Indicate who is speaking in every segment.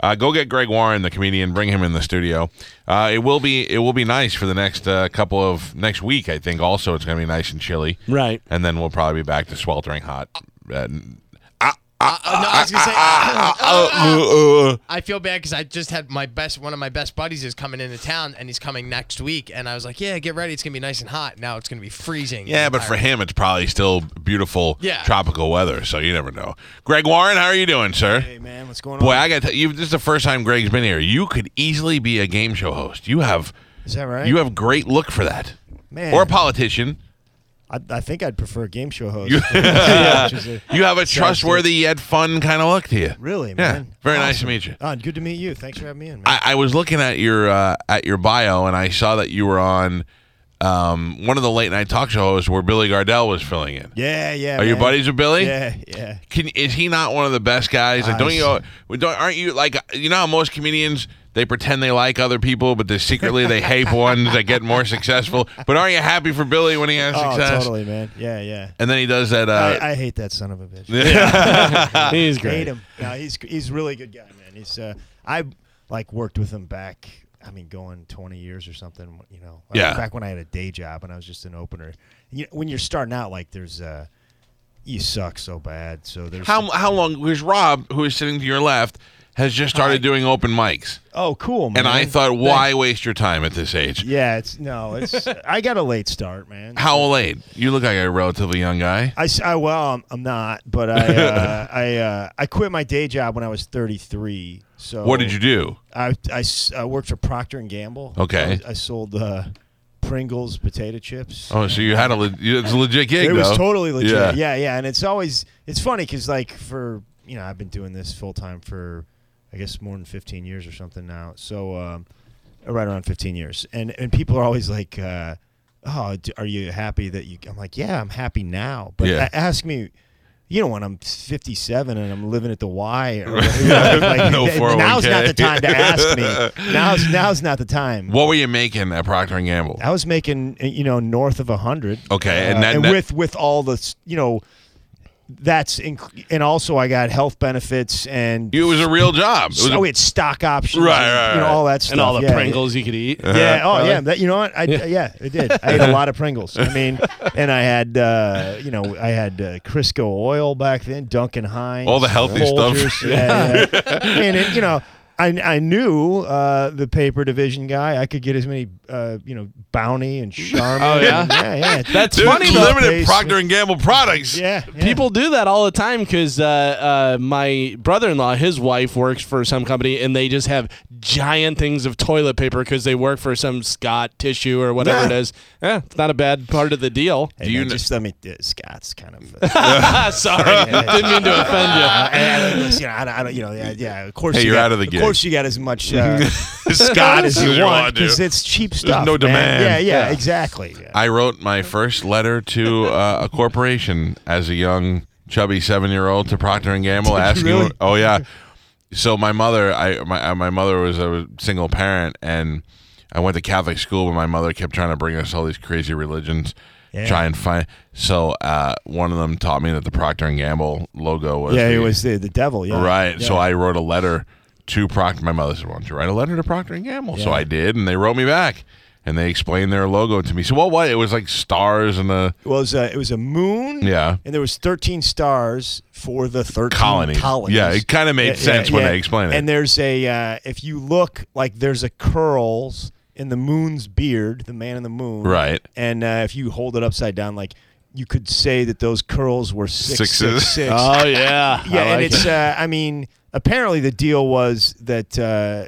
Speaker 1: Uh, go get Greg Warren, the comedian. Bring him in the studio. Uh, it will be it will be nice for the next uh, couple of next week. I think also it's going to be nice and chilly,
Speaker 2: Right.
Speaker 1: and then we'll probably be back to sweltering hot. Uh,
Speaker 3: Uh,
Speaker 1: Ah,
Speaker 3: no, I was gonna
Speaker 1: uh,
Speaker 3: say.
Speaker 1: uh,
Speaker 3: I feel bad because I just had my best one of my best buddies is coming into town and he's coming next week and I was like, yeah, get ready, it's gonna be nice and hot. Now it's gonna be freezing.
Speaker 1: yeah, but for him it's probably still beautiful
Speaker 3: Yeah.
Speaker 1: tropical weather, so you never know. Greg Warren, how are you doing, sir?
Speaker 3: hey man, what's going on?
Speaker 1: Boy, I got to you. This is the first time Greg's been here. You could easily be a game show host. You have
Speaker 4: Is that right?
Speaker 1: you have great look for that,
Speaker 4: Man.
Speaker 1: or a politician.
Speaker 4: I, I think I'd prefer a game show host.
Speaker 1: You-
Speaker 4: Yeah, which is a-
Speaker 1: You have a trustworthy yet fun kind of look to you.
Speaker 4: Really,
Speaker 1: Yeah.
Speaker 4: man.
Speaker 1: Very nice to meet you.
Speaker 4: Ah, good to meet you. Thanks for having me in, man.
Speaker 1: I, I was looking at your uh, at your bio and I saw that you were on um, one of the late night talk shows where Billy Gardell was filling in.
Speaker 4: yeah, yeah.
Speaker 1: Are you
Speaker 4: man.
Speaker 1: buddies with Billy?
Speaker 4: Yeah, yeah.
Speaker 1: Can, is he not one of the best guys? Like, don't you?
Speaker 4: Nice.
Speaker 1: well, Don't, aren't you like you know how most comedians they pretend they like other people, but they secretly they hate ones that get more successful. But aren't you happy for Billy when he has
Speaker 4: Oh,
Speaker 1: success?
Speaker 4: totally, man. Yeah, yeah.
Speaker 1: And then he does that. Uh,
Speaker 4: I, I hate that son of a bitch.
Speaker 2: He's great.
Speaker 4: Hate him. No, he's he's a really good guy, man. He's uh, I like worked with him back. I mean, going 20 years or something. You know, like,
Speaker 1: Yeah.
Speaker 4: Back when I had a day job and I was just an opener. You when you're starting out, like there's uh, you suck so bad. So there's
Speaker 1: how how long? Because Rob, who is sitting to your left, has just started doing open mics.
Speaker 4: oh cool, man.
Speaker 1: And I thought, why waste your time at this age?
Speaker 4: Yeah, it's no, it's I got a late start, man.
Speaker 1: How old? are you? You look like a relatively young guy.
Speaker 4: I, s- I- well, I'm, I'm not, but I uh, I uh, I quit my day job when I was 33. So
Speaker 1: What did you do?
Speaker 4: I, I s- I worked for Procter and Gamble.
Speaker 1: Okay.
Speaker 4: I, I sold uh, Pringles potato chips.
Speaker 1: Oh, so you had a le- you- it's a legit gig.
Speaker 4: it was
Speaker 1: though.
Speaker 4: totally legit. Yeah. yeah, and it's always it's funny because like for you know I've been doing this full time for I guess more than 15 years or something now. So um, right around 15 years, and and people are always like, uh, oh, d- are you happy that you? I'm like, yeah, I'm happy now. But
Speaker 1: Yeah.
Speaker 4: a- ask me. You know, when I'm 57 and I'm living at the Y, or, you know, like,
Speaker 1: No
Speaker 4: th- now's not the
Speaker 1: 401k.
Speaker 4: time to ask me. Now's now's not the time.
Speaker 1: What were you making at Procter and Gamble?
Speaker 4: I was making uh, you know north of a hundred.
Speaker 1: Okay, and
Speaker 4: Uh,
Speaker 1: that-
Speaker 4: and
Speaker 1: that-
Speaker 4: with with all the s- you know, that's inc- and also I got health benefits and
Speaker 1: It was a real job. It was
Speaker 4: so
Speaker 1: a-
Speaker 4: we had stock options,
Speaker 1: Right,
Speaker 4: and,
Speaker 1: right,
Speaker 4: you know
Speaker 1: right.
Speaker 4: all that stuff,
Speaker 2: And all the
Speaker 4: yeah,
Speaker 2: Pringles you could eat.
Speaker 1: Uh,
Speaker 4: Yeah. Oh,
Speaker 2: Probably.
Speaker 4: yeah. That, you know what? I, yeah. it did. I ate a lot of Pringles. I mean, and I had, uh, you know, I had uh, Crisco oil back then, Duncan Hines,
Speaker 1: All the healthy stuff.
Speaker 4: Folgers. Yeah, yeah. and it, you know, I I knew uh, the paper division guy. I could get as many, uh, you know, Bounty and Charmin.
Speaker 2: Oh, yeah?
Speaker 4: and- yeah, yeah.
Speaker 2: That's
Speaker 1: Dude,
Speaker 2: funny though.
Speaker 1: limited
Speaker 4: Basement.
Speaker 1: Procter and Gamble products.
Speaker 4: yeah, yeah.
Speaker 2: People do that all the time because uh, uh, my brother-in-law, his wife works for some company, and they just have giant things of toilet paper because they work for some Scott tissue or whatever
Speaker 4: Yeah.
Speaker 2: it is. Yeah, it's not a bad part of the deal.
Speaker 4: Hey,
Speaker 1: Do you
Speaker 4: man,
Speaker 1: kn-
Speaker 4: just let me? Uh, Scott's kind of.
Speaker 2: Ah, Sorry, didn't mean to offend you.
Speaker 4: Uh, and I don't- listen, you know, I don't, I don't, you know, yeah, yeah. Of course,
Speaker 1: Hey,
Speaker 4: you
Speaker 1: you're
Speaker 4: got,
Speaker 1: out of the
Speaker 4: Of
Speaker 1: gig.
Speaker 4: course, you got as much uh, Scott as
Speaker 1: This is
Speaker 4: you
Speaker 1: what
Speaker 4: want
Speaker 1: I do.
Speaker 4: because it's cheap stuff.
Speaker 1: no
Speaker 4: man.
Speaker 1: demand.
Speaker 4: Yeah, yeah,
Speaker 2: Yeah.
Speaker 4: exactly. Yeah.
Speaker 1: I wrote my first letter to uh, a corporation as a young chubby seven-year-old to Procter and Gamble, asking,
Speaker 4: really?
Speaker 1: "Oh yeah." So my mother, I my uh, my mother was a single parent, and I went to Catholic school, but my mother kept trying to bring us all these crazy religions,
Speaker 4: Yeah.
Speaker 1: try and find. So uh, one of them taught me that the Procter and Gamble logo was
Speaker 4: yeah, it
Speaker 1: the-
Speaker 4: was the, the devil. Yeah,
Speaker 1: Right.
Speaker 4: Yeah.
Speaker 1: So I wrote a letter to Procter. My mother said, "Why don't you write a letter to Procter and Gamble?" So I did, and they wrote me back, and they explained their logo to me. So what? What? It was like stars and a
Speaker 4: it was a, it was a moon.
Speaker 1: Yeah.
Speaker 4: and there was thirteen stars for the thirteen
Speaker 1: Colonies.
Speaker 4: colonies.
Speaker 1: Yeah, it kinda made sense when they explained it.
Speaker 4: And there's a uh, if you look like there's a curls in the moon's beard, the man in the moon.
Speaker 1: Right.
Speaker 4: and uh, if you hold it upside down, like you could say that those curls were six
Speaker 1: Sixes.
Speaker 4: six six.
Speaker 2: Oh yeah,
Speaker 4: Yeah,
Speaker 2: I
Speaker 4: and
Speaker 2: like
Speaker 4: it's.
Speaker 2: it.
Speaker 4: Uh, I mean, apparently the deal was that uh,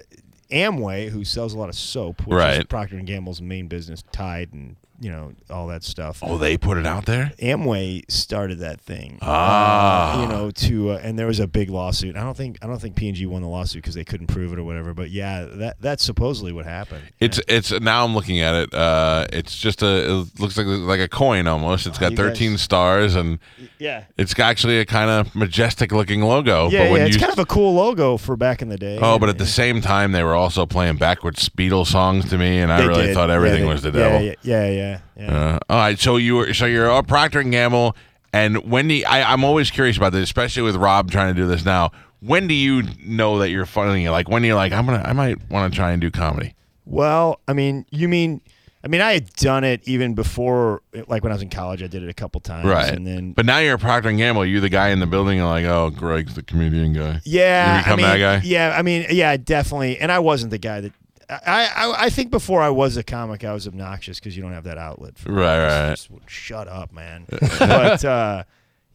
Speaker 4: Amway, who sells a lot of soap, which
Speaker 1: Right.
Speaker 4: is Procter and Gamble's main business, Tide and you know all that stuff.
Speaker 1: Oh, they put it out there.
Speaker 4: Amway started that thing.
Speaker 1: Ah.
Speaker 4: Uh, you know, to uh, and there was a big lawsuit. I don't think I don't think P and G won the lawsuit because they couldn't prove it or whatever. But yeah, that that's supposedly what happened.
Speaker 1: It's it's now I'm looking at it. Uh, it's just a it looks like like a coin almost. It's got
Speaker 4: you
Speaker 1: 13
Speaker 4: guys-
Speaker 1: stars and
Speaker 4: yeah,
Speaker 1: it's actually a kind of majestic looking logo.
Speaker 4: yeah,
Speaker 1: but when
Speaker 4: yeah. It's
Speaker 1: you
Speaker 4: kind of a cool logo for back in the day.
Speaker 1: oh, but at the
Speaker 4: Yeah.
Speaker 1: same time they were also playing backwards Beatles songs to me, and I
Speaker 4: They
Speaker 1: really
Speaker 4: did.
Speaker 1: thought
Speaker 4: Yeah,
Speaker 1: everything
Speaker 4: they-
Speaker 1: was the
Speaker 4: yeah,
Speaker 1: devil.
Speaker 4: Yeah, yeah, yeah. yeah.
Speaker 1: Uh, all right, so you were so you're a Procter and Gamble, and Wendy. I, I'm always curious about this, especially with Rob trying to do this now. When do you know that you're funneling it? Like when you're like, I'm gonna, I might want to try and do comedy.
Speaker 4: Well, I mean, you mean, I mean, I had done it even before, like when I was in college, I did it a couple times,
Speaker 1: Right.
Speaker 4: And then,
Speaker 1: but now you're a Procter and Gamble. You're the guy in the building. And like, oh, Greg's the comedian guy.
Speaker 4: yeah,
Speaker 1: you become
Speaker 4: I mean,
Speaker 1: that guy.
Speaker 4: yeah, I mean, yeah, definitely. And I wasn't the guy that. I, I, I think before I was a comic, I was obnoxious because you don't have that outlet. For
Speaker 1: Right,
Speaker 4: it.
Speaker 1: right.
Speaker 4: Just would- shut up, man. but uh,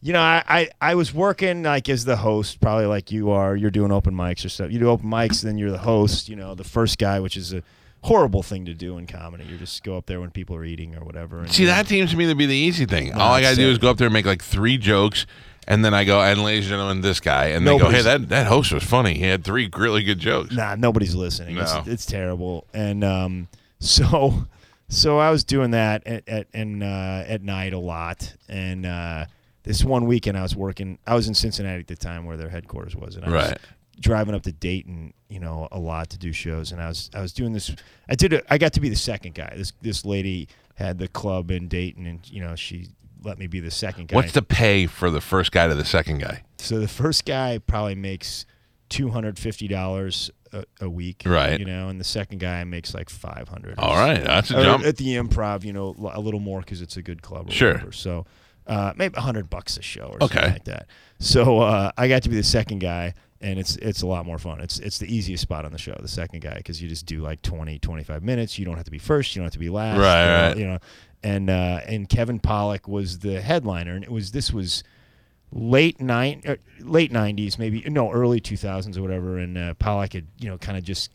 Speaker 4: you know, I, I, I was working like as the host, probably like you are. You're doing open mics or stuff. You do open mics, then you're the host. You know, the first guy, which is a horrible thing to do in comedy. You just go up there when people are eating or whatever. And
Speaker 1: See,
Speaker 4: you're-
Speaker 1: that seems to me to be the easy thing. All I gotta do
Speaker 4: it's-
Speaker 1: is go up there and make like three jokes, and then I go, and ladies and gentlemen, this guy, and they go, hey,
Speaker 4: Nobody's-
Speaker 1: that that host was funny. He had three really good jokes.
Speaker 4: Nah, nobody's listening.
Speaker 1: No.
Speaker 4: It's, it's terrible. And um, so, so I was doing that at at and uh, at night a lot. And uh, this one weekend, I was working. I was in Cincinnati at the time, where their headquarters was, and I was
Speaker 1: Right.
Speaker 4: driving up to Dayton, you know, a lot to do shows. And I was I was doing this. I did. A, I got to be the second guy. This this lady had the club in Dayton, and you know she let me be the second guy.
Speaker 1: What's the pay for the first guy to the second guy?
Speaker 4: So the first guy probably makes two hundred fifty dollars a, a week,
Speaker 1: Right.
Speaker 4: You know, and the second guy makes like five hundred.
Speaker 1: All right, that's a jump.
Speaker 4: At the improv, you know, l- a little more because it's a good club. Or
Speaker 1: Sure.
Speaker 4: Whatever. So uh, maybe hundred bucks a show or
Speaker 1: Okay.
Speaker 4: something like that. So uh, I got to be the second guy. And it's it's a lot more fun. It's it's the easiest spot on the show, the second guy, because you just do like 20, 25 minutes. You don't have to be first. You don't have to be last.
Speaker 1: Right,
Speaker 4: you know,
Speaker 1: right.
Speaker 4: You know, and uh, and Kevin Pollock was the headliner, and it was this was late nine, er, late nineties, maybe no early two thousands or whatever. And uh, Pollock had you know kind of just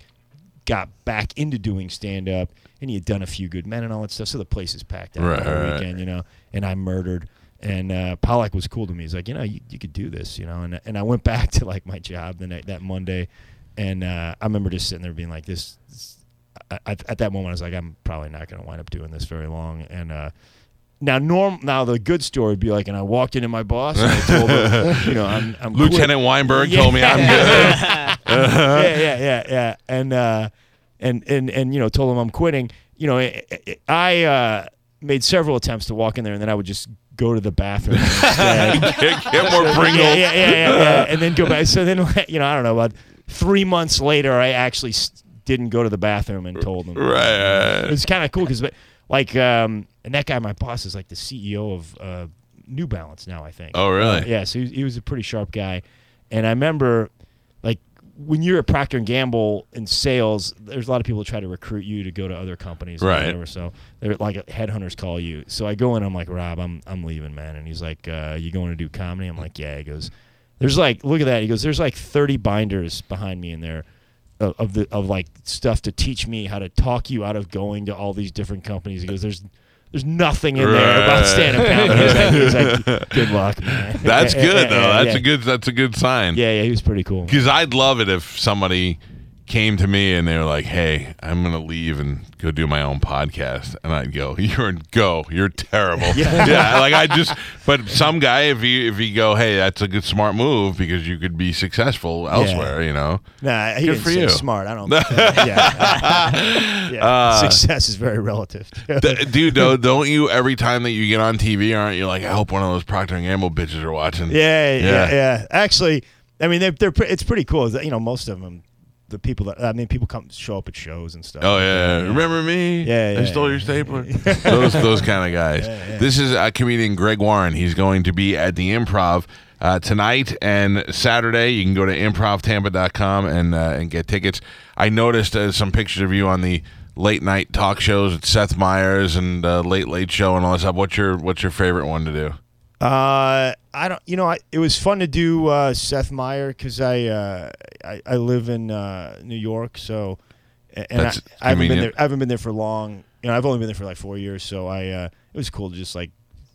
Speaker 4: got back into doing stand up, and he had done a few Good Men and all that stuff. So the place is packed out
Speaker 1: Right,
Speaker 4: the whole
Speaker 1: right, right.
Speaker 4: weekend, you know. And I murdered. And uh, Pollock was cool to me. He's like, you know, you, you could do this, you know. And and I went back to like my job the night that Monday, and uh, I remember just sitting there being like, this. this I, I, at that moment, I was like, I'm probably not going to wind up doing this very long. And uh, now, norm, now the good story would be like, and I walked into my boss and I told her, you know, I'm, I'm quit-
Speaker 1: Lieutenant Weinberg told me I'm good.
Speaker 4: yeah, yeah, yeah, yeah. And uh, and and and you know, told him I'm quitting. You know, I, I uh, made several attempts to walk in there, and then I would just go to the bathroom. instead.
Speaker 1: Get, get more Pringles.
Speaker 4: Yeah, yeah, yeah, yeah, yeah. And then go back. So then, you know, I don't know. About three months later, I actually s- didn't go to the bathroom and told them.
Speaker 1: Right.
Speaker 4: It's kind of cool because, like, um, and that guy, my boss, is like the CEO of uh, New Balance now. I think.
Speaker 1: Oh, really?
Speaker 4: Yeah, so he, he was a pretty sharp guy, and I remember, like, when you're at Procter and Gamble in sales, there's a lot of people that try to recruit you to go to other companies, or
Speaker 1: Right.
Speaker 4: Whatever. So they're like headhunters call you. So I go in, I'm like, Rob, I'm I'm leaving, man. And he's like, uh, You going to do comedy? I'm like, Yeah. He goes, There's like, look at that. He goes, There's like 30 binders behind me in there. Of of the of like stuff to teach me how to talk you out of going to all these different companies. He goes, there's there's nothing in there
Speaker 1: Right.
Speaker 4: about stand up comedy. He's like- he's like, good luck, man.
Speaker 1: That's
Speaker 4: Yeah,
Speaker 1: good
Speaker 4: yeah,
Speaker 1: though.
Speaker 4: yeah,
Speaker 1: That's
Speaker 4: yeah.
Speaker 1: a good. That's a good sign.
Speaker 4: Yeah, yeah, he was pretty cool.
Speaker 1: Because I'd love it if somebody came to me and they were like, "Hey, I'm gonna leave and go do my own podcast," and I'd go, "You're go. You're terrible." yeah. Like I just. But some guy, if you if you go, "Hey, that's a good smart move because you could be successful elsewhere," you know.
Speaker 4: Nah,
Speaker 1: Good
Speaker 4: he didn't
Speaker 1: for
Speaker 4: say
Speaker 1: you.
Speaker 4: smart. I don't. yeah, yeah.
Speaker 1: Uh,
Speaker 4: success is very relative.
Speaker 1: D- dude, though, don't you every time that you get on TV, aren't you like, "I hope one of those Procter and Gamble bitches are watching."
Speaker 4: Yeah, yeah,
Speaker 1: Yeah.
Speaker 4: yeah. Actually, I mean, they're, they're pre- it's pretty cool. that, You know, most of them, the people that I mean, people come show up at shows and stuff.
Speaker 1: Oh yeah, yeah. remember me?
Speaker 4: Yeah,
Speaker 1: I
Speaker 4: yeah,
Speaker 1: stole
Speaker 4: yeah.
Speaker 1: your stapler. those those kind of guys. This is uh, comedian Greg Warren. He's going to be at the Improv uh, tonight and Saturday. You can go to improvtampa.com and uh, and get tickets. I noticed uh, some pictures of you on the late night talk shows at Seth Meyers and uh, Late Late Show and all this stuff. What's your What's your favorite one to do?
Speaker 4: Uh, I don't. You know, I, it was fun to do uh, Seth Meyer because I, uh, I I live in uh, New York, so a- and
Speaker 1: That's
Speaker 4: I, I haven't been there.
Speaker 1: convenient.
Speaker 4: I haven't been there for long. you know, I've only been there for like four years, so I uh, it was cool to just like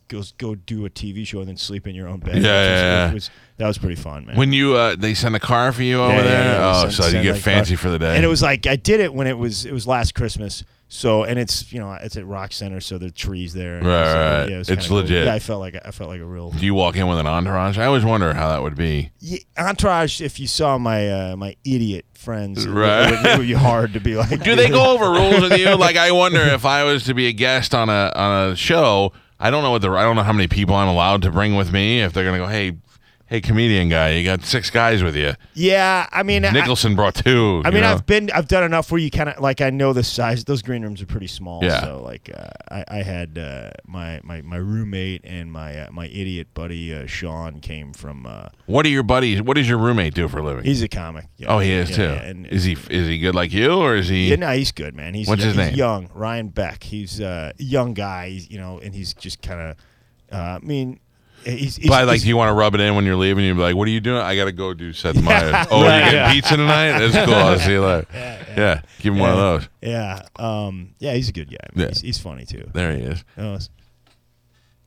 Speaker 4: go go do a TV show and then sleep in your own
Speaker 1: Yeah,
Speaker 4: bed. which was-
Speaker 1: yeah, yeah.
Speaker 4: was- that was pretty fun, man.
Speaker 1: When you uh, they send a car for you over
Speaker 4: Yeah, yeah,
Speaker 1: there,
Speaker 4: yeah,
Speaker 1: oh,
Speaker 4: send-
Speaker 1: so you
Speaker 4: send,
Speaker 1: get
Speaker 4: like,
Speaker 1: fancy
Speaker 4: car-
Speaker 1: for the day.
Speaker 4: And it was like I did it when it was it was last Christmas. So and it's you know it's at Rock Center, so the trees there. and
Speaker 1: Right,
Speaker 4: so,
Speaker 1: right.
Speaker 4: it was
Speaker 1: It's
Speaker 4: kinda cool.
Speaker 1: legit.
Speaker 4: Yeah, I felt like I felt like a real
Speaker 1: Do you walk in with an entourage? I always wonder how that would be.
Speaker 4: yeah, entourage. If you saw my uh, my idiot friends, it would-
Speaker 1: Right.
Speaker 4: it, would, it would be hard to be like.
Speaker 1: Do they go over rules with you? Like I wonder if I was to be a guest on a on a show, I don't know what the I don't know how many people I'm allowed to bring with me. If they're gonna go, hey, hey, comedian guy, you got six guys with you.
Speaker 4: Yeah, I mean, I-
Speaker 1: Nicholson brought two.
Speaker 4: I
Speaker 1: you
Speaker 4: mean,
Speaker 1: know?
Speaker 4: I've been, I've done enough where you kind of like I know the size. Those green rooms are pretty small.
Speaker 1: Yeah.
Speaker 4: So like, uh, I, I had uh, my, my my roommate and my uh, my idiot buddy uh, Sean came from. Uh,
Speaker 1: what are your buddies? What does your roommate do for a living?
Speaker 4: he's a comic. Yeah,
Speaker 1: oh, he is
Speaker 4: yeah,
Speaker 1: too.
Speaker 4: yeah, and-
Speaker 1: is he is he good like you or is he?
Speaker 4: Yeah, no, he's good, man. He's
Speaker 1: What's his
Speaker 4: he's
Speaker 1: name?
Speaker 4: Young Ryan Beck. He's a young guy. He's, you know, and he's just kind of. Uh, I mean, he's, he's
Speaker 1: But like,
Speaker 4: he's-
Speaker 1: do you want to rub it in when you're leaving? You're like, what are you doing? I gotta go do Seth Meyers. Oh, you
Speaker 4: Right,
Speaker 1: getting
Speaker 4: yeah.
Speaker 1: pizza tonight? That's cool. I'll see you later. Yeah, give him one of
Speaker 4: Yeah.
Speaker 1: those.
Speaker 4: Yeah. Um, yeah, he's a good guy. man.
Speaker 1: Yeah.
Speaker 4: He's, he's funny too.
Speaker 1: There he is.
Speaker 4: Oh, it's-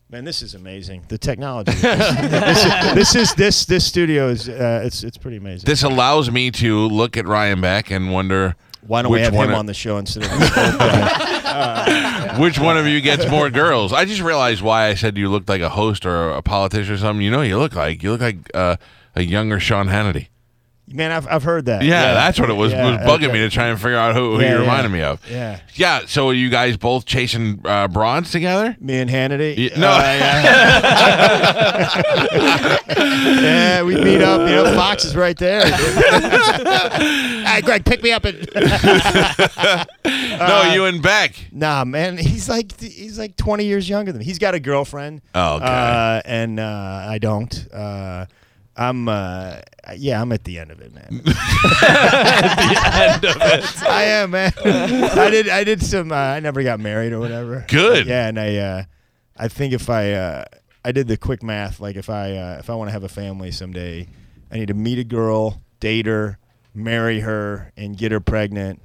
Speaker 4: man, this is amazing. The technology. this, is, this is this this studio is uh, it's it's pretty amazing.
Speaker 1: This allows me to look at Ryan Beck and wonder
Speaker 4: Why don't
Speaker 1: which
Speaker 4: we have
Speaker 1: one
Speaker 4: him on the show instead of this old guy?
Speaker 1: which one of you gets more girls? I just realized why I said you looked like a host or a politician or something. You know, what you look like you look like uh, a younger Sean Hannity.
Speaker 4: man? I've I've heard that.
Speaker 1: Yeah, that's what it was.
Speaker 4: Yeah,
Speaker 1: was bugging
Speaker 4: okay.
Speaker 1: me to try and figure out who, who
Speaker 4: Yeah,
Speaker 1: you
Speaker 4: yeah.
Speaker 1: reminded me of.
Speaker 4: Yeah.
Speaker 1: Yeah. So are you guys both chasing uh, bronze together?
Speaker 4: Me and Hannity.
Speaker 1: Yeah, no.
Speaker 4: Uh, yeah. yeah, we meet up. You know, the box is right there. hey, Greg, pick me up. At-
Speaker 1: no, you and Beck.
Speaker 4: nah, man, he's like he's like 20 years younger than me. He's got a girlfriend.
Speaker 1: Oh, okay.
Speaker 4: Uh, and uh, I don't. Uh, I'm uh, yeah, I'm at the end of it, man. I am, man. I did. I did some. Uh, I never got married or whatever.
Speaker 1: Good.
Speaker 4: Yeah, and I, uh, I think if I, uh, I did the quick math. Like if I, uh, if I want to have a family someday, I need to meet a girl, date her, marry her, and get her pregnant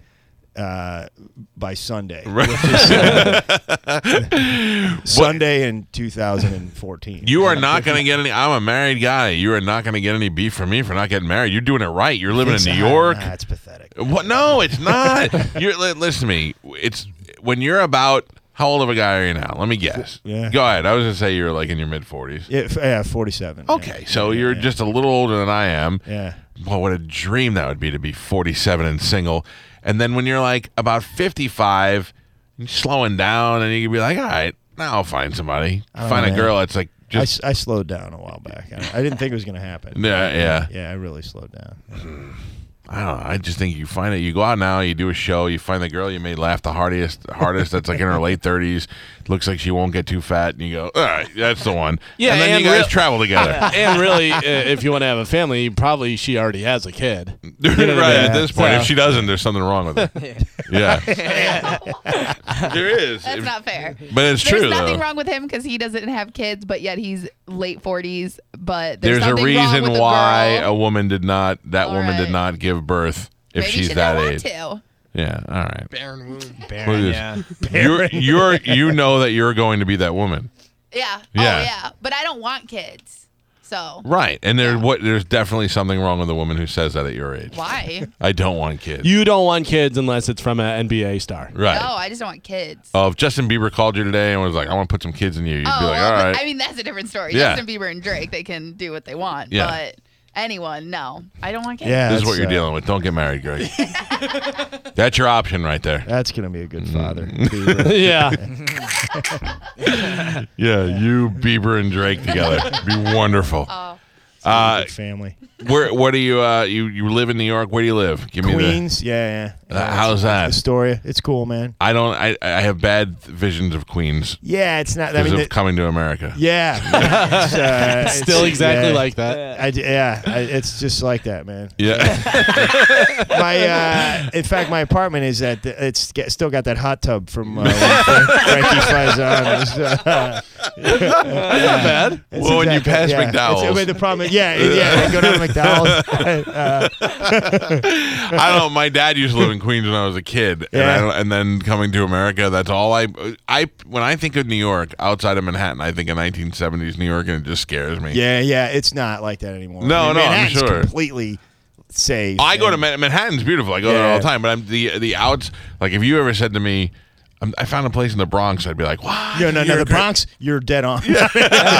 Speaker 4: uh, by Sunday. Which is, uh, Sunday in 2014.
Speaker 1: You are not going to get any. I'm a married guy. You are not going to get any beef from me for not getting married. You're doing it right. You're living in
Speaker 4: It's-
Speaker 1: New
Speaker 4: ah,
Speaker 1: York.
Speaker 4: Nah, it's pathetic.
Speaker 1: What? No, it's not. you're, li- listen to me. It's when you're about how old of a guy are you now? Let me guess.
Speaker 4: Yeah.
Speaker 1: Go ahead. I was gonna say you're like in your mid forties.
Speaker 4: Yeah, f- yeah, 47. yeah.
Speaker 1: Okay, so you're just a little older than I am.
Speaker 4: Yeah.
Speaker 1: Well, what a dream that would be to be 47 and single. And then when you're like about 55, you're slowing down, and you can be like, all right, now I'll find somebody.
Speaker 4: don't
Speaker 1: Find a
Speaker 4: know, man.
Speaker 1: girl that's like
Speaker 4: I
Speaker 1: just
Speaker 4: s I I, slowed down a while back. I, I didn't think it was going to happen.
Speaker 1: Yeah, yeah.
Speaker 4: Yeah, I really slowed down.
Speaker 1: I don't know. I just think you find it. You go out now, you do a show, you find the girl you made laugh the hardest, hardest. That's like in her late thirties. Looks like she won't get too fat, and you go, all right, that's the one.
Speaker 2: Yeah,
Speaker 1: and then
Speaker 2: and
Speaker 1: you guys
Speaker 2: real-
Speaker 1: travel together.
Speaker 2: and really, uh, if you want to have a family, probably she already has a kid.
Speaker 1: right
Speaker 2: You know what I mean?
Speaker 1: at this point, if
Speaker 2: So-
Speaker 1: she doesn't, there's something wrong with it. yeah, there is.
Speaker 5: That's
Speaker 1: If-
Speaker 5: not fair.
Speaker 1: but it's
Speaker 5: There's
Speaker 1: true
Speaker 5: nothing
Speaker 1: though.
Speaker 5: wrong with him because he doesn't have kids, but yet he's late 40s. But there's,
Speaker 1: there's a
Speaker 5: something wrong
Speaker 1: reason
Speaker 5: with a
Speaker 1: why
Speaker 5: girl.
Speaker 1: a woman did not. That
Speaker 5: All
Speaker 1: woman did
Speaker 5: right.
Speaker 1: not give birth if
Speaker 5: Maybe
Speaker 1: she's
Speaker 5: she's
Speaker 1: that
Speaker 5: not
Speaker 1: age.
Speaker 5: To.
Speaker 1: Yeah. All right.
Speaker 3: Barren womb.
Speaker 1: Look at this. You're you're you know that you're going to be that woman.
Speaker 5: Yeah.
Speaker 1: Yeah.
Speaker 5: Oh yeah. But I don't want kids, so
Speaker 1: Right, and there what there's definitely something wrong with a woman who says that at your age.
Speaker 5: why?
Speaker 1: I don't want kids.
Speaker 2: You don't want kids unless it's from an NBA star.
Speaker 1: right?
Speaker 5: No, I just don't want kids.
Speaker 1: Oh, if Justin Bieber called you today and was like, "I want to put some kids in you," you'd
Speaker 5: oh,
Speaker 1: be like,
Speaker 5: well,
Speaker 1: "All
Speaker 5: but-
Speaker 1: right."
Speaker 5: I mean that's a different story.
Speaker 1: Yeah.
Speaker 5: Justin Bieber and Drake, they can do what they want.
Speaker 1: Yeah.
Speaker 5: But anyone, no, I don't want kids.
Speaker 4: Yeah.
Speaker 1: this is what
Speaker 4: that's,
Speaker 1: you're
Speaker 4: uh,
Speaker 1: dealing with. Don't get married, Greg. That's your option right there.
Speaker 4: That's going to be a good
Speaker 1: Mm.
Speaker 4: father. Bieber.
Speaker 2: Yeah.
Speaker 1: Yeah, you Bieber and Drake together. be wonderful.
Speaker 5: Oh,
Speaker 1: Uh,
Speaker 4: Good family.
Speaker 1: where where do you uh you you live in New York? Where do you live? Give me
Speaker 4: Queens, yeah,
Speaker 1: the.
Speaker 4: yeah.
Speaker 1: Uh, how's that?
Speaker 4: Astoria, it's cool, man.
Speaker 1: I don't. I I have bad visions of Queens
Speaker 4: Yeah, it's not. I
Speaker 1: because
Speaker 4: mean,
Speaker 1: of
Speaker 4: the-
Speaker 1: coming to America.
Speaker 4: yeah. It's, uh, it's-
Speaker 2: Still exactly
Speaker 4: yeah.
Speaker 2: like that.
Speaker 4: I d yeah, I, it's just like that, man.
Speaker 1: Yeah.
Speaker 4: My, uh, in fact, my apartment is at the, it's get, still got that hot tub from uh, when Fra- Frankie Faison. was, uh,
Speaker 2: That's not bad.
Speaker 4: It's
Speaker 1: Well, when you
Speaker 4: exactly-
Speaker 1: pass
Speaker 4: yeah. It's- I
Speaker 1: McDowell's.
Speaker 4: mean, the problem is, yeah, yeah. I go down to McDonald's. Uh,
Speaker 1: I don't. know. My dad used to live in Queens when I was a kid, and, I
Speaker 4: Yeah.
Speaker 1: don't- and then coming to America, that's all I. I when I think of New York outside of Manhattan, I think of 1970s New York, and it just scares me.
Speaker 4: yeah, yeah. It's not like that anymore.
Speaker 1: No, no, I'm
Speaker 4: Manhattan's
Speaker 1: sure.
Speaker 4: Completely safe.
Speaker 1: I go to
Speaker 4: and-
Speaker 1: Man- Manhattan's beautiful. I go there
Speaker 4: Yeah.
Speaker 1: all the time, but I'm the the outs. Like if you ever said to me, i "I found a place in the Bronx," I'd be like, "Wow."
Speaker 4: No, no,
Speaker 1: you're
Speaker 4: no. The
Speaker 1: great."
Speaker 4: Bronx, you're dead on.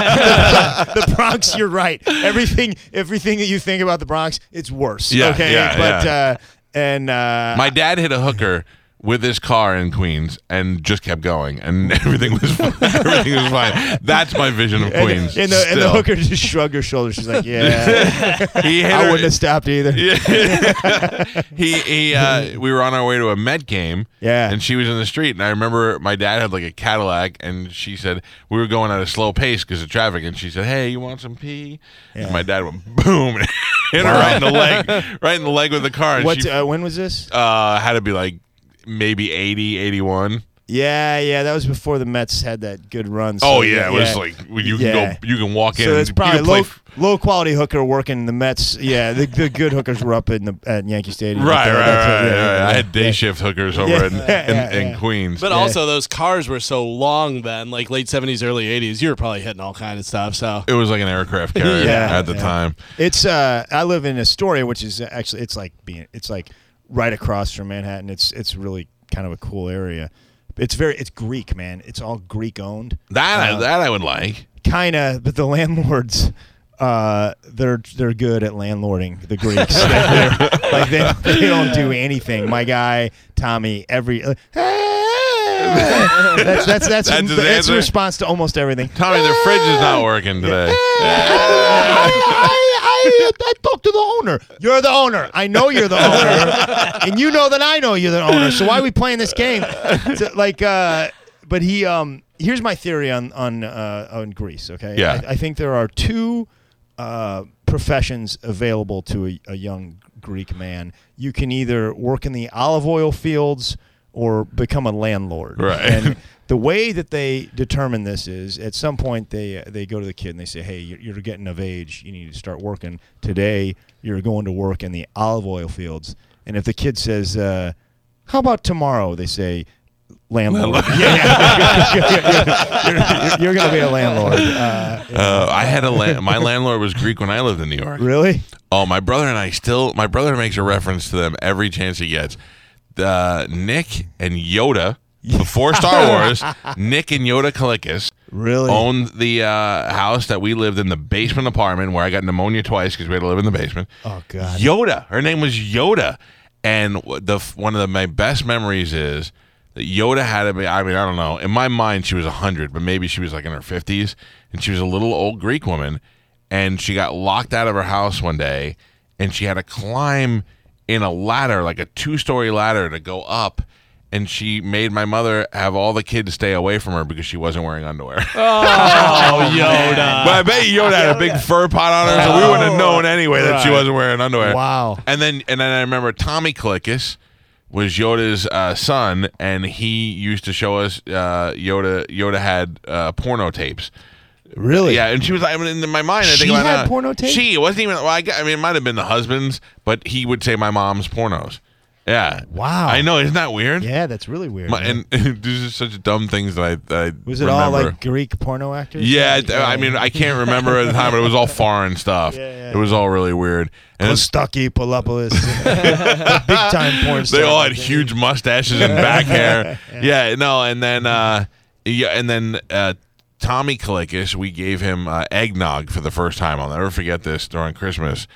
Speaker 4: the Bronx, you're right. Everything, everything that you think about the Bronx, it's worse.
Speaker 1: Yeah,
Speaker 4: okay,
Speaker 1: yeah,
Speaker 4: but
Speaker 1: yeah.
Speaker 4: Uh, and uh,
Speaker 1: My dad hit a hooker with his car in Queens and just kept going, and everything was everything was fine. That's my vision of
Speaker 4: and,
Speaker 1: Queens.
Speaker 4: and the, and the
Speaker 1: still.
Speaker 4: hooker just shrugged her shoulders. She's like, "Yeah,
Speaker 1: he hit
Speaker 4: I
Speaker 1: her-
Speaker 4: wouldn't have stopped either."
Speaker 1: he he uh, we were on our way to a Met game.
Speaker 4: Yeah.
Speaker 1: And she was in the street and I remember my dad had like a Cadillac and she said we were going at a slow pace because of traffic and she said, "Hey, you want some pee?" And
Speaker 4: Yeah.
Speaker 1: my dad went boom and hit her right in the leg, right in the leg with the car. And
Speaker 4: What?
Speaker 1: she
Speaker 4: uh, when was this?
Speaker 1: uh, had to be like maybe 80, 81.
Speaker 4: Yeah, yeah. That was before the Mets had that good run. so
Speaker 1: oh yeah, it was like you can
Speaker 4: Yeah.
Speaker 1: go you can walk in
Speaker 4: So it's
Speaker 1: and
Speaker 4: probably
Speaker 1: you can play
Speaker 4: low,
Speaker 1: f-
Speaker 4: low quality hooker working the Mets. Yeah, the, the good hookers were up in the at Yankee Stadium.
Speaker 1: Right, right,
Speaker 4: That's
Speaker 1: right, right,
Speaker 4: what- yeah, yeah,
Speaker 1: right. I
Speaker 4: yeah.
Speaker 1: had day shift hookers over
Speaker 4: Yeah,
Speaker 1: in,
Speaker 4: yeah,
Speaker 1: in,
Speaker 4: yeah,
Speaker 1: in
Speaker 4: yeah.
Speaker 1: Queens.
Speaker 2: But also, those cars were so long then, like late seventies, early eighties. You were probably hitting all kind of stuff. So
Speaker 1: it was like an aircraft carrier
Speaker 4: Yeah,
Speaker 1: at the
Speaker 4: yeah.
Speaker 1: time.
Speaker 4: It's uh, I live in Astoria, which is actually it's like being it's like right across from Manhattan. It's it's really kind of a cool area. It's very it's Greek, man. It's all Greek owned,
Speaker 1: That
Speaker 4: Uh,
Speaker 1: I, that I would like.
Speaker 4: kind of. But the landlords, uh, they're they're good at landlording the Greeks. They're- like they, they don't do anything. My guy Tommy, every. that's that's that's
Speaker 1: That's
Speaker 4: that's,
Speaker 1: his
Speaker 4: that's
Speaker 1: answer?
Speaker 4: a response to almost everything.
Speaker 1: Tommy, their fridge is not working today.
Speaker 4: I, I, I talked to the owner. You're the owner. I know you're the owner, and you know that I know you're the owner. So why are we playing this game? So, like, uh, but he. Um, here's my theory on on uh, on Greece. Okay.
Speaker 1: Yeah.
Speaker 4: I, I think there are two uh, professions available to a, a young Greek man. You can either work in the olive oil fields or become a landlord.
Speaker 1: Right.
Speaker 4: And the way that they determine this is at some point they uh, they go to the kid and they say, "Hey, you're, you're getting of age. You need to start working today. You're going to work in the olive oil fields." And if the kid says, uh, "How about tomorrow?" they say, "Landlord." yeah, yeah. you're, going to be a landlord. Uh,
Speaker 1: Uh, I had a la- my landlord was Greek when I lived in New York.
Speaker 4: really?
Speaker 1: Oh, my brother and I still my brother makes a reference to them every chance he gets. The Nick and Yoda before Star Wars, Nick and Yoda Kalikis
Speaker 4: Really?
Speaker 1: owned the uh, house that we lived in the basement apartment where I got pneumonia twice because we had to live in the basement.
Speaker 4: Oh, God.
Speaker 1: Yoda. Her name was Yoda, and w- the f- one of the, my best memories is that Yoda had to be. I mean, I don't know. In my mind, she was hundred, but maybe she was like in her fifties, and she was a little old Greek woman, and she got locked out of her house one day, and she had to climb in a ladder, like a two-story ladder, to go up. And she made my mother have all the kids stay away from her because she wasn't wearing underwear.
Speaker 2: oh, Yoda.
Speaker 1: But I bet Yoda had a big fur pot on her, so we wouldn't have known anyway that she
Speaker 2: Right.
Speaker 1: wasn't wearing underwear.
Speaker 4: Oh. Wow.
Speaker 1: And then and then I remember Tommy Kalikis was Yoda's uh, son, and he used to show us uh, Yoda. Yoda had uh, porno tapes.
Speaker 4: Really?
Speaker 1: Yeah, and she was like, I mean, in my mind, I think
Speaker 4: She
Speaker 1: about
Speaker 4: had
Speaker 1: now,
Speaker 4: porno tapes?
Speaker 1: She it wasn't even. Well, I, got- I mean, it might have been the husband's, but he would say my mom's pornos. Yeah.
Speaker 4: Wow.
Speaker 1: I know. Isn't that weird?
Speaker 4: Yeah, that's really weird.
Speaker 1: My,
Speaker 4: man.
Speaker 1: and these are such dumb things that I. That I
Speaker 4: was it all
Speaker 1: remember.
Speaker 4: like Greek porno actors?
Speaker 1: Yeah, it- I mean, I can't remember at the time, but it was all foreign stuff.
Speaker 4: yeah,
Speaker 1: it was all really weird. And it's-
Speaker 4: Kostaki Polopoulos, big time porn star.
Speaker 1: they all had huge mustaches and back hair. Yeah, no, and then uh, yeah, and then uh, Tommy Kalikis, we gave him uh, eggnog for the first time. I'll never forget this during Christmas.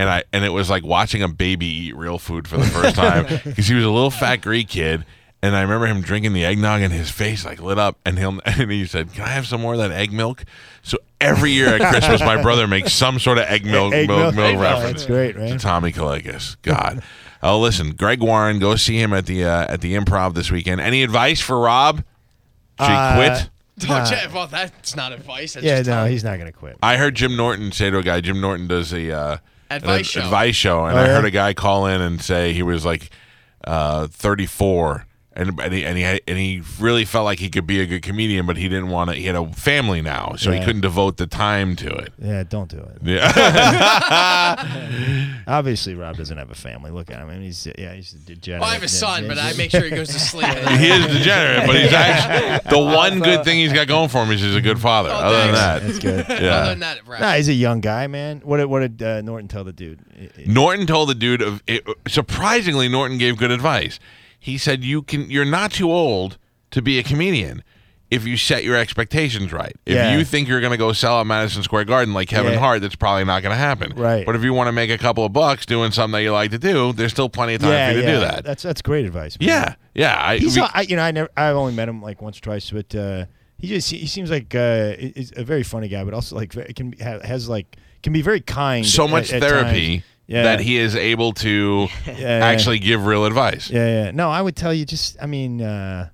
Speaker 1: And I and it was like watching a baby eat real food for the first time because he was a little fat Greek kid. And I remember him drinking the eggnog, and his face like lit up. And he and he said, "Can I have some more of that egg milk?" So every year at Christmas, my brother makes some sort of egg milk
Speaker 4: Egg
Speaker 1: milk, milk,
Speaker 4: milk. Egg milk.
Speaker 1: reference.
Speaker 4: That's great,
Speaker 1: To
Speaker 4: right?
Speaker 1: Tommy Kalakis. God. Oh, listen, Greg Warren, go see him at the uh, at the Improv this weekend. Any advice for Rob? Should
Speaker 4: Uh,
Speaker 1: he quit?
Speaker 3: Don't check- Well, that's not advice. That's
Speaker 4: Yeah,
Speaker 3: just
Speaker 4: no, he's not going to quit.
Speaker 1: I heard Jim Norton say to a guy. Jim Norton does a uh,
Speaker 3: Advice
Speaker 1: an
Speaker 3: show.
Speaker 1: advice show, and I
Speaker 4: Oh, yeah?
Speaker 1: heard a guy call in and say he was like uh, 34 and and he, and he had- and he really felt like he could be a good comedian, but he didn't want to. He had a family now, so he
Speaker 4: Yeah.
Speaker 1: couldn't devote the time to it.
Speaker 4: Yeah, don't do it.
Speaker 1: Yeah,
Speaker 4: Obviously, Rob doesn't have a family. Look at him. I mean, he's yeah, he's a degenerate.
Speaker 3: Well, I have a son,
Speaker 4: Yeah,
Speaker 3: but
Speaker 4: he's-
Speaker 3: I make sure he goes to sleep.
Speaker 1: he is degenerate, but he's actually the one good thing he's got going for him is he's a good father. Other than that,
Speaker 4: That's good.
Speaker 3: Other
Speaker 1: yeah.
Speaker 3: than that, right.
Speaker 4: Nah, he's a young guy, man. What did, what did uh, Norton tell the dude? I- I-
Speaker 1: Norton told the dude of it, surprisingly Norton gave good advice. He said you can you're not too old to be a comedian if you set your expectations right. If
Speaker 4: Yeah.
Speaker 1: you think you're going to go sell at Madison Square Garden like Kevin
Speaker 4: Yeah.
Speaker 1: Hart, that's probably not going to happen.
Speaker 4: Right.
Speaker 1: But if you want to make a couple of bucks doing something that you like to do, there's still plenty of time for you to do that.
Speaker 4: That's that's great advice. man.
Speaker 1: yeah. Yeah, I,
Speaker 4: He's,
Speaker 1: we-
Speaker 4: not- I, you know, I never, I've only met him like once or twice, but uh, he just, he seems like uh, he- he's a very funny guy, but also like ve- can be, ha- has like can be very kind.
Speaker 1: so
Speaker 4: at-
Speaker 1: much
Speaker 4: at
Speaker 1: therapy
Speaker 4: times. Yeah.
Speaker 1: that he is able to
Speaker 4: yeah.
Speaker 1: actually give real advice.
Speaker 4: Yeah, yeah. No, I would tell you just. I mean, uh,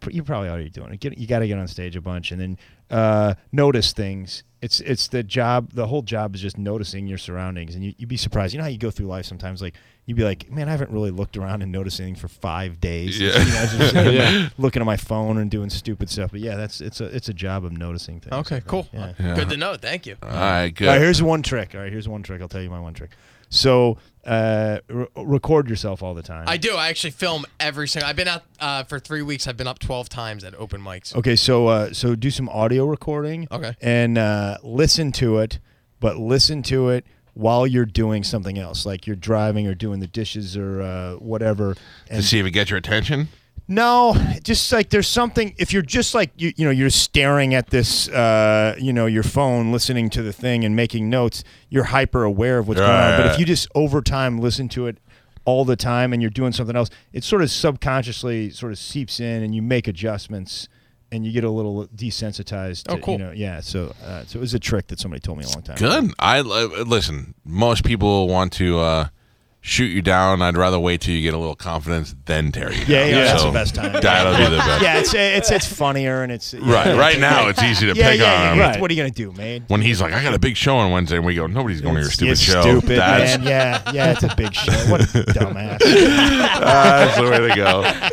Speaker 4: pr- you're probably already doing it. Get, you got to get on stage a bunch and then uh, notice things. It's it's the job. The whole job is just noticing your surroundings, and you, you'd be surprised. You know how you go through life sometimes, like you'd be like, "Man, I haven't really looked around and noticed anything for five days."
Speaker 1: Yeah.
Speaker 4: You know, just sitting there looking at my phone and doing stupid stuff. But yeah, that's it's a it's a job of noticing things.
Speaker 3: Okay, cool.
Speaker 4: Yeah.
Speaker 3: Good to know. Thank you.
Speaker 1: All right, good.
Speaker 4: All right, here's one trick. All right, here's one trick. I'll tell you my one trick. So uh, re- record yourself all the time.
Speaker 3: I do. I actually film every single. I've been out uh, for three weeks. I've been up twelve times at open mics.
Speaker 4: Okay, so uh, so do some audio recording.
Speaker 3: Okay.
Speaker 4: And uh, listen to it, but listen to it while you're doing something else, like you're driving or doing the dishes or uh, whatever.
Speaker 1: to
Speaker 4: And
Speaker 1: see if it gets your attention.
Speaker 4: no, just like there's something. If you're just like you, you know, you're staring at this, uh, you know, your phone, listening to the thing and making notes. You're hyper aware of what's going on. But
Speaker 1: Right.
Speaker 4: if you just over time listen to it all the time and you're doing something else, it sort of subconsciously sort of seeps in, and you make adjustments, and you get a little desensitized.
Speaker 3: Oh,
Speaker 4: to,
Speaker 3: cool.
Speaker 4: You know, yeah. So, uh, so it was a trick that somebody told me a long time. ago.
Speaker 1: Good. I li- listen. Most people want to uh, shoot you down. I'd rather wait till you get a little confidence then tear you
Speaker 4: Yeah,
Speaker 1: down.
Speaker 4: yeah, that's
Speaker 1: So,
Speaker 4: the best time.
Speaker 1: That'll be the best.
Speaker 4: Yeah, it's it's it's funnier and it's
Speaker 1: Right. Right now, it's easy to
Speaker 4: Yeah,
Speaker 1: pick
Speaker 4: yeah,
Speaker 1: on him.
Speaker 4: yeah. What are you gonna do, man?
Speaker 1: When he's like, "I got a big show on Wednesday," and we go, "Nobody's going
Speaker 4: It's-
Speaker 1: to your stupid
Speaker 4: it's
Speaker 1: show."
Speaker 4: Stupid,
Speaker 1: that's,
Speaker 4: man. Yeah, yeah, it's a big show. What a dumbass.
Speaker 1: that's the way to go.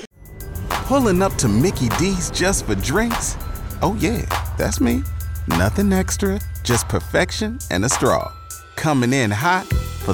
Speaker 6: Pulling up to Mickey D's just for drinks? Oh, yeah, that's me. Nothing extra, just perfection and a straw. Coming in hot for